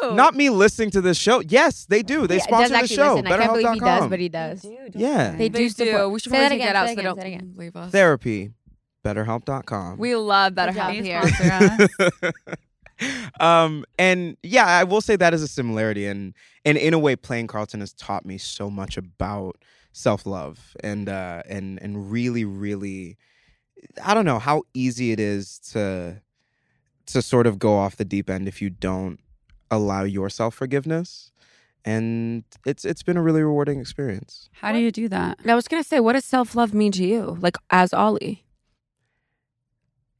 they do. Not me listening to this show. Yes, they do. They Oh. Yeah, sponsor does the actually show. Listen. I can't believe he does, BetterHelp.com. but he does. yeah. They They, do do. support- We should Say probably that take again, that out say so they that again, don't say that again. leave us. Therapy. BetterHelp.com. We love Good job. BetterHelp Please here. sponsor us. um, and yeah, I will say that is a similarity, and and in a way, playing Carlton has taught me so much about self love, and uh, and and really, really, I don't know how easy it is to to sort of go off the deep end if you don't allow yourself forgiveness, and it's it's been a really rewarding experience. How do you do that? And I was gonna say, what does self love mean to you? Like as Ollie.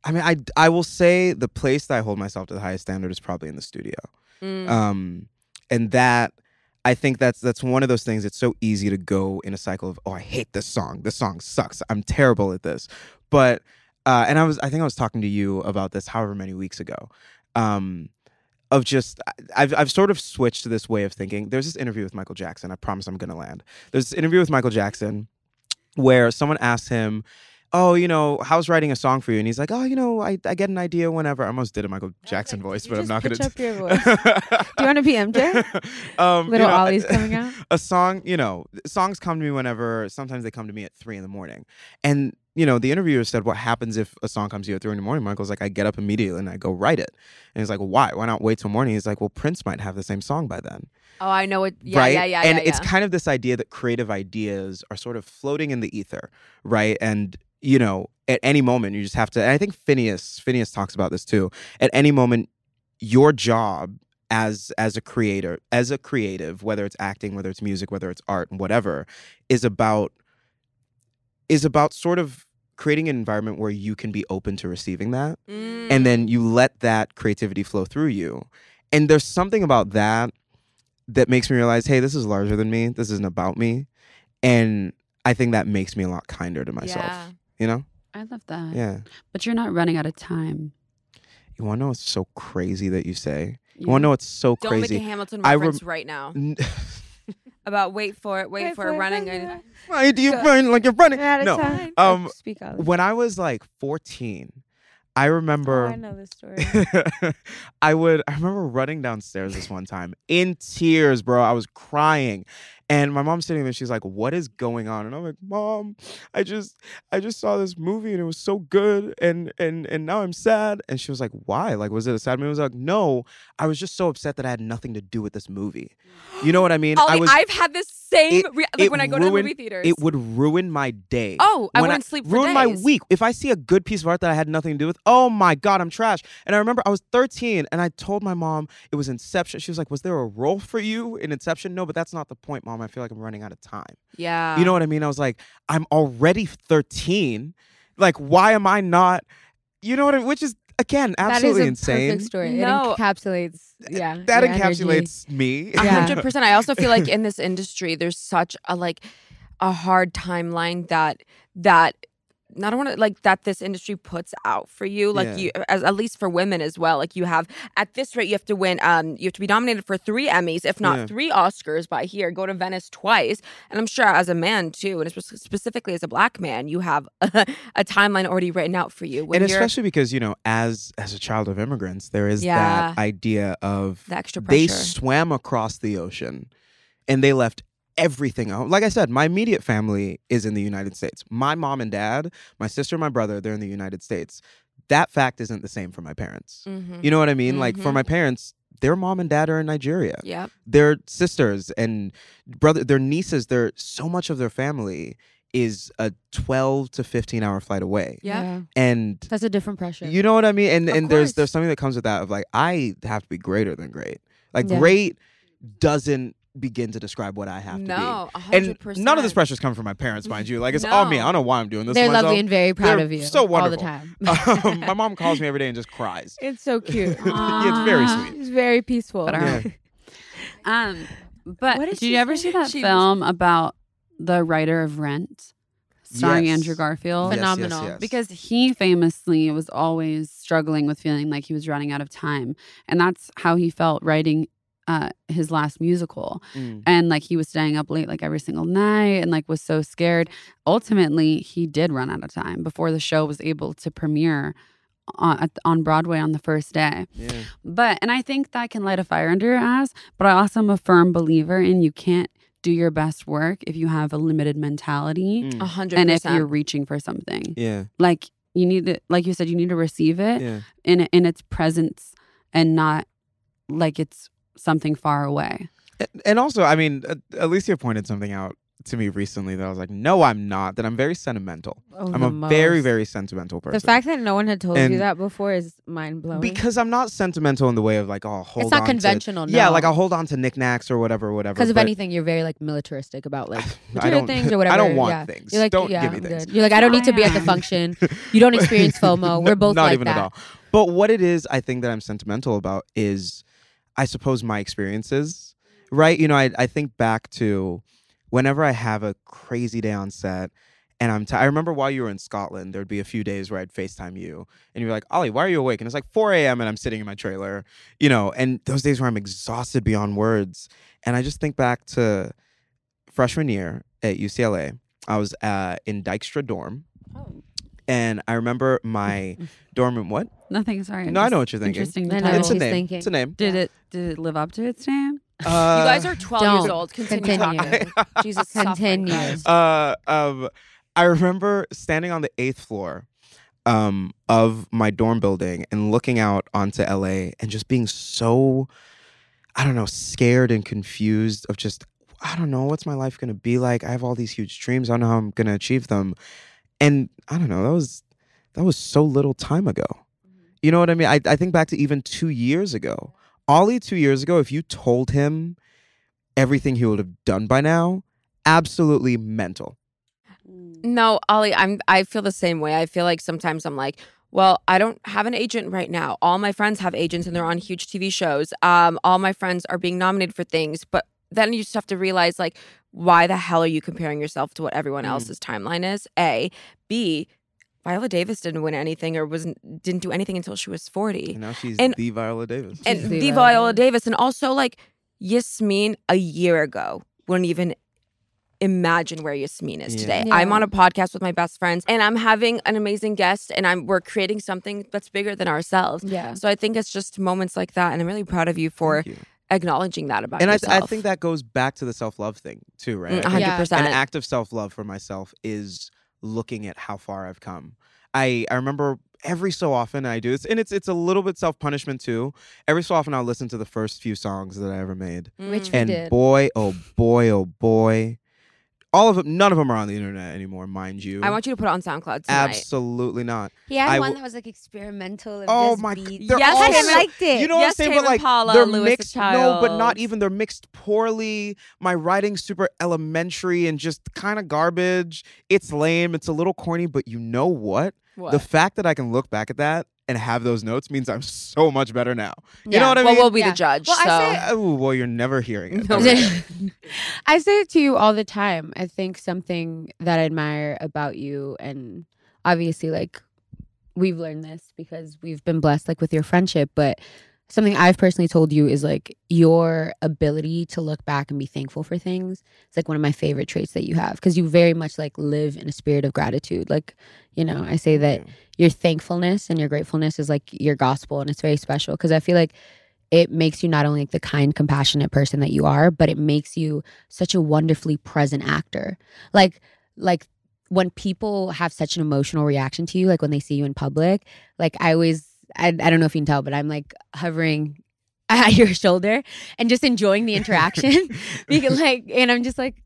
I mean, I I will say the place that I hold myself to the highest standard is probably in the studio. Mm. um and that i think that's that's one of those things it's so easy to go in a cycle of oh i hate this song this song sucks i'm terrible at this but uh and i was i think i was talking to you about this however many weeks ago um of just I- I've I've sort of switched to this way of thinking. There's this interview with Michael Jackson. I promise I'm gonna land. There's this interview with Michael Jackson where someone asked him, "Oh, you know, how's writing a song for you?" And he's like, "Oh, you know, I, I get an idea whenever." I almost did a Michael Jackson voice, but I'm not gonna. pitch up your voice? Do you want to be MJ? um, Little know, Ollie's coming out. A song, you know, songs come to me whenever. Sometimes they come to me at three in the morning, and you know, the interviewer said, "What happens if a song comes to you at three in the morning?" Michael's like, "I get up immediately and I go write it." And he's like, "Why? Why not wait till morning?" He's like, "Well, Prince might have the same song by then." Oh, I know it. Yeah, right? yeah, yeah. And yeah, it's yeah. kind of this idea that creative ideas are sort of floating in the ether, right? And you know, at any moment you just have to. And I think Phineas Phineas talks about this too. At any moment, your job as as a creator, as a creative, whether it's acting, whether it's music, whether it's art, and whatever, is about is about sort of creating an environment where you can be open to receiving that Mm. and then you let that creativity flow through you. And there's something about that that makes me realize, hey, this is larger than me. This isn't about me. And I think that makes me a lot kinder to myself. Yeah. You know? I love that. Yeah. But you're not running out of time. You wanna know what's so crazy that you say? You Yeah. wanna know what's so Don't crazy? make a Hamilton I reference rem- right now N- about wait for it, wait, for it, running. and- Why do you run like you're running? No. Um, speak out. When I was like 14, I remember Oh, I know this story. I would I remember running downstairs this one time in tears, bro. I was crying. And my mom's sitting there and she's like, What is going on? And I'm like, Mom, I just I just saw this movie and it was so good and and and now I'm sad. And she was like, Why? Like, was it a sad movie? I was like, No, I was just so upset that I had nothing to do with this movie. You know what I mean? Ollie, I was I've had this same it- re- like it when I go to the ruined- movie theaters. it would ruin my day. Oh, I When wouldn't sleep for Ruin my days. week. If I see a good piece of art that I had nothing to do with, oh my god, I'm trash. And I remember I was 13 and I told my mom it was Inception. She was like, "Was there a role for you in Inception?" No, but that's not the point, mom. I feel like I'm running out of time. yeah, You know what I mean? I was like, "I'm already 13. Like, why am I not?" You know what I mean? Which is again absolutely that is a insane. Perfect story. No. It encapsulates. Yeah. That your encapsulates me. A Yeah. hundred percent. I also feel like in this industry, there's such a like a hard timeline that that I don't want to like that this industry puts out for you. Like Yeah. you, as at least for women as well. Like you have at this rate, you have to win. Um, you have to be nominated for three Emmys, if not Yeah. three Oscars by here. Go to Venice twice, and I'm sure as a man too, and spe- specifically as a black man, you have a, timeline already written out for you. When and you're especially because you know as as a child of immigrants there is Yeah. that idea of the extra pressure. they swam across the ocean and they left everything out like i said my immediate family is in the united states my mom and dad my sister and my brother they're in the united states that fact isn't the same for my parents Mhm. you know what i mean like for Mhm. my parents their mom and dad are in Nigeria. Yep. Their sisters and brother, their nieces, their so much of their family is a 12 to 15 hour flight away. Yeah. And That's a different pressure. you know what I mean? And Of and there's course. there's something that comes with that of like I have to be greater than great. Like Yeah. great doesn't begin to describe what I have to be. No, a And hundred percent. none of this pressure's coming from my parents, mind you. Like it's all me. I No. don't know why I'm doing this. They're to myself. lovely and very proud They're of you. so wonderful. All the time. um, my mom calls me every day and just cries. It's so cute. it's very Ah. sweet. It's very peaceful. But all Yeah. right. Um, but What did, did you she ever say see that that she was- film about the writer of Rent, starring Yes. Andrew Garfield? Yes, yes, Phenomenal. yes. Because he famously was always struggling with feeling like he was running out of time, and that's how he felt writing uh, his last musical. Mm. And like he was staying up late like every single night, and like was so scared. Ultimately, he did run out of time before the show was able to premiere on, at, on Broadway on the first day. Yeah. But and I think that can light a fire under your ass. But I also am a firm believer in you can't do your best work if you have a limited mentality Mm. A hundred and if percent. you're reaching for something. Yeah. Like you need to, like you said, you need to receive it Yeah. in in its presence and not like it's something far away. And- And also, I mean, uh, Alicia pointed something out to me recently that I was like, no, I'm not. That I'm very sentimental. I'm a very, very sentimental person. Oh, The fact that no one had told And- you that before is mind blowing. because I'm not sentimental in the way of like, oh, hold it's not on to- conventional. Yeah, no. like I'll hold on to knickknacks or whatever, whatever. Because if but anything, you're very like militaristic about like I material don't, things or whatever. I don't want yeah. things. You're like, don't yeah, give me I'm things. good. You're like, I don't need to be at the Yeah. function. You don't experience FOMO. We're both not like even that. at all. But what it is, I think that I'm sentimental about is, I suppose my experiences, right? You know, I I think back to whenever I have a crazy day on set. And I'm. T- I remember while you were in Scotland, there'd be a few days where I'd Facetime you, and you're like, "Ollie, why are you awake?" And it's like 4 a.m. and I'm sitting in my trailer, you know. And those days where I'm exhausted beyond words, and I just think back to freshman year at UCLA. I was uh, in Dykstra dorm, and I remember my dorm room. What? Nothing. Sorry. No, I know what you're thinking. Interesting. I to know tell. it's a he's name. thinking. It's a name. Did it did it live up to its name? Uh, you guys are 12 years don't. old. Continue. Continue. talking. Jesus, Continue. suffering Christ. Uh, um, I remember standing on the eighth floor um, of my dorm building and looking out onto LA and just being so, I don't know, scared and confused of just, I don't know, what's my life going to be like? I have all these huge dreams. I don't know how I'm going to achieve them. And I don't know, that was that was so little time ago. You know what I mean? I, I think back to even two years ago. Ollie, two years ago, if you told him everything he would have done by now, absolutely mental. No, Ollie, I'm I feel the same way. I feel like sometimes I'm like, well, I don't have an agent right now. All my friends have agents and they're on huge TV shows. Um, all my friends are being nominated for things, but then you just have to realize like why the hell are you comparing yourself to what everyone Mm. else's timeline is? A, B, Viola Davis didn't win anything or wasn't didn't do anything until she was 40. And now she's And- the Viola Davis. and Tuesday the though. Viola Davis, and also like Yasmin a year ago wouldn't even imagine where Yasmin is Yeah. today. Yeah. I'm on a podcast with my best friends, and I'm having an amazing guest, and I'm we're creating something that's bigger than ourselves. Yeah. So I think it's just moments like that, and I'm really proud of you for Thank you. acknowledging that about and I, yourself. I think that goes back to the self love thing too, right? I Mm, think 100%. An act of self love for myself is looking at how far I've come. I, I remember every so often I do this, and it's it's a little bit self punishment too. Every so often I'll listen to the first few songs that I ever made, Mm. Which we and did. boy, oh boy, oh boy, all of them, none of them are on the internet anymore, mind you. I want you to put it on SoundCloud tonight. absolutely not. He had I one will- that was like experimental. Of Oh just my g- beats. they're Yes, all I Tame kinda Impala- liked it. You know what I'm Yes, saying? Tame but like Impala, they're Louis the mixed. No, but not Child. even. They're mixed poorly. My writing super elementary and just kind of garbage. It's lame. It's a little corny. But you know what? The fact that I can look back at that and have those notes means I'm so much better now. You know what I well, mean? we'll be Yeah. the judge. Well, I so. say- oh, well, you're never hearing it. No. Okay. I say it to you all the time. I think something that I admire about you, and obviously, like, we've learned this because we've been blessed, like, with your friendship, but something I've personally told you is like your ability to look back and be thankful for things. It's like one of my favorite traits that you have because you very much like live in a spirit of gratitude. Like, you know, I say that your thankfulness and your gratefulness is like your gospel and it's very special because I feel like it makes you not only like the kind compassionate person that you are, but it makes you such a wonderfully present actor. Like like when people have such an emotional reaction to you, like when they see you in public, like I always I, I don't know if you can tell, but I'm like hovering at your shoulder and just enjoying the interaction. because, like, and I'm just like,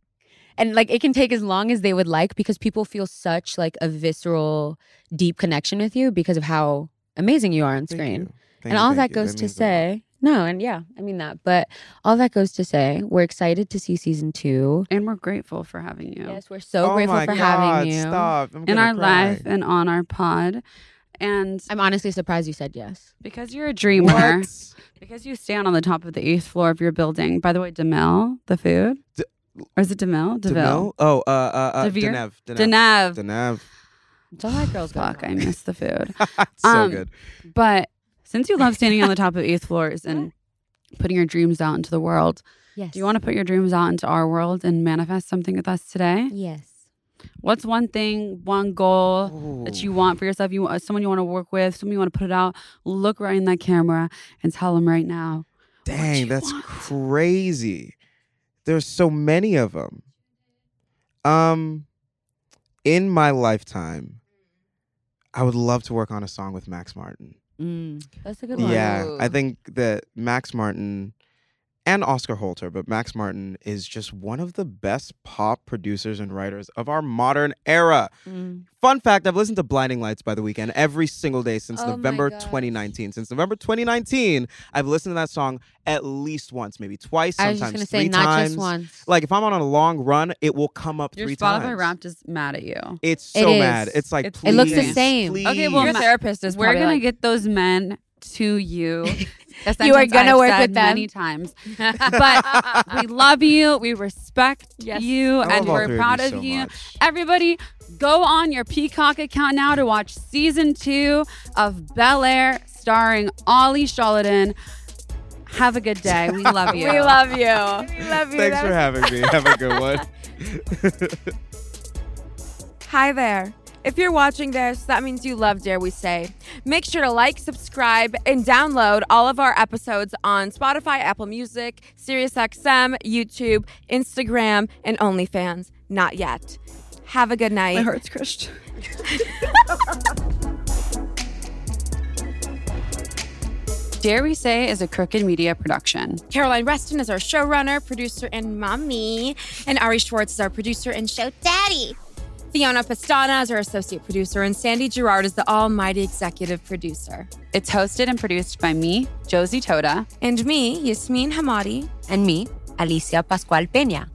and like it can take as long as they would like because people feel such like a visceral, deep connection with you because of how amazing you are on Thank screen. you. Thank and you, all thank that you. goes to means a lot. say, no, and yeah, I mean that, but all that goes to say, we're excited to see season two. And we're grateful for having you Yes, we're so oh grateful my for God, having you. Stop. I'm in gonna our cry. life and on our pod. And I'm honestly surprised you said yes. because you're a dreamer, because you stand on the top of the eighth floor of your building. By the way, Demel, the food, D- or is it Demel? Demel? Deville. Oh, uh, uh, uh Devere? Denev. Denev. Denev. Denev. It's all that girls got Fuck, I going. miss the food. It's so Um, good. But since you love standing on the top of eighth floors and putting your dreams out into the world, Yes. do you want to put your dreams out into our world and manifest something with us today? Yes. What's one thing, one goal that you want for yourself? You uh, someone you want to work with, someone you want to put it out. Look right in that camera and tell them right now. Dang, you that's want. crazy. There's so many of them. Um, in my lifetime, I would love to work on a song with Max Martin. Mm. That's a good one. Yeah, I Ooh. think that Max Martin and Oscar Holter, but Max Martin is just one of the best pop producers and writers of our modern era. Mm. Fun fact I've listened to Blinding Lights by the weekend every single day since Oh my November gosh. 2019. Since November 2019, I've listened to that song at least once, maybe twice, I sometimes was just gonna three say not times. just once. Like if I'm on a long run, it will come up Your three Spotify times. Wrapped is mad at you. It's It so is. mad. It's like It's- please, It looks the same. Please. Okay, well, Your my- therapist is We're gonna probably get those men to you. A You are sentence gonna I've work said with them. many times, but we love you. We respect Yes. you, I and love all we're three proud of of you so you. much. Everybody, go on your Peacock account now to watch season two of Bel Air, starring Ollie Charlatan. Have a good day. We love you. we love you. we love Thanks for having me. Have a good one. Hi there. If you're watching this, that means you love Dare We Say. Make sure to like, subscribe, and download all of our episodes on Spotify, Apple Music, SiriusXM, YouTube, Instagram, and OnlyFans. Not yet. Have a good night. heart's crushed. Dare We Say is a Crooked Media production. Caroline Reston is our showrunner, producer, and mommy. And Ari Schwartz is our producer and show daddy. Fiona Pastana is our associate producer, and Sandy Gerard is the almighty executive producer. It's hosted and produced by me, Josie Toda. And me, Yasmin Hamadi. and me, Alicia Pascual Peña.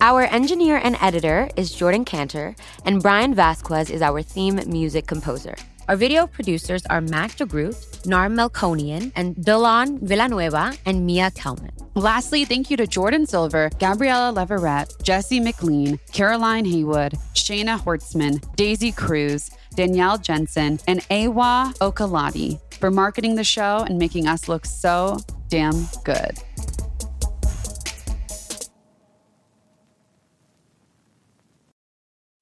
Our engineer and editor is Jordan Cantor, and Brian Vasquez is our theme music composer. Our video producers are Mac DeGroot, Nar Melkonian, and Dylan Villanueva and Mia Kalman. Lastly, thank you to Jordan Silver, Gabriella Leverett, Jesse McLean, Caroline Haywood, Shayna Hortzman, Daisy Cruz, Danielle Jensen, and Awa Okalati for marketing the show and making us look so damn good.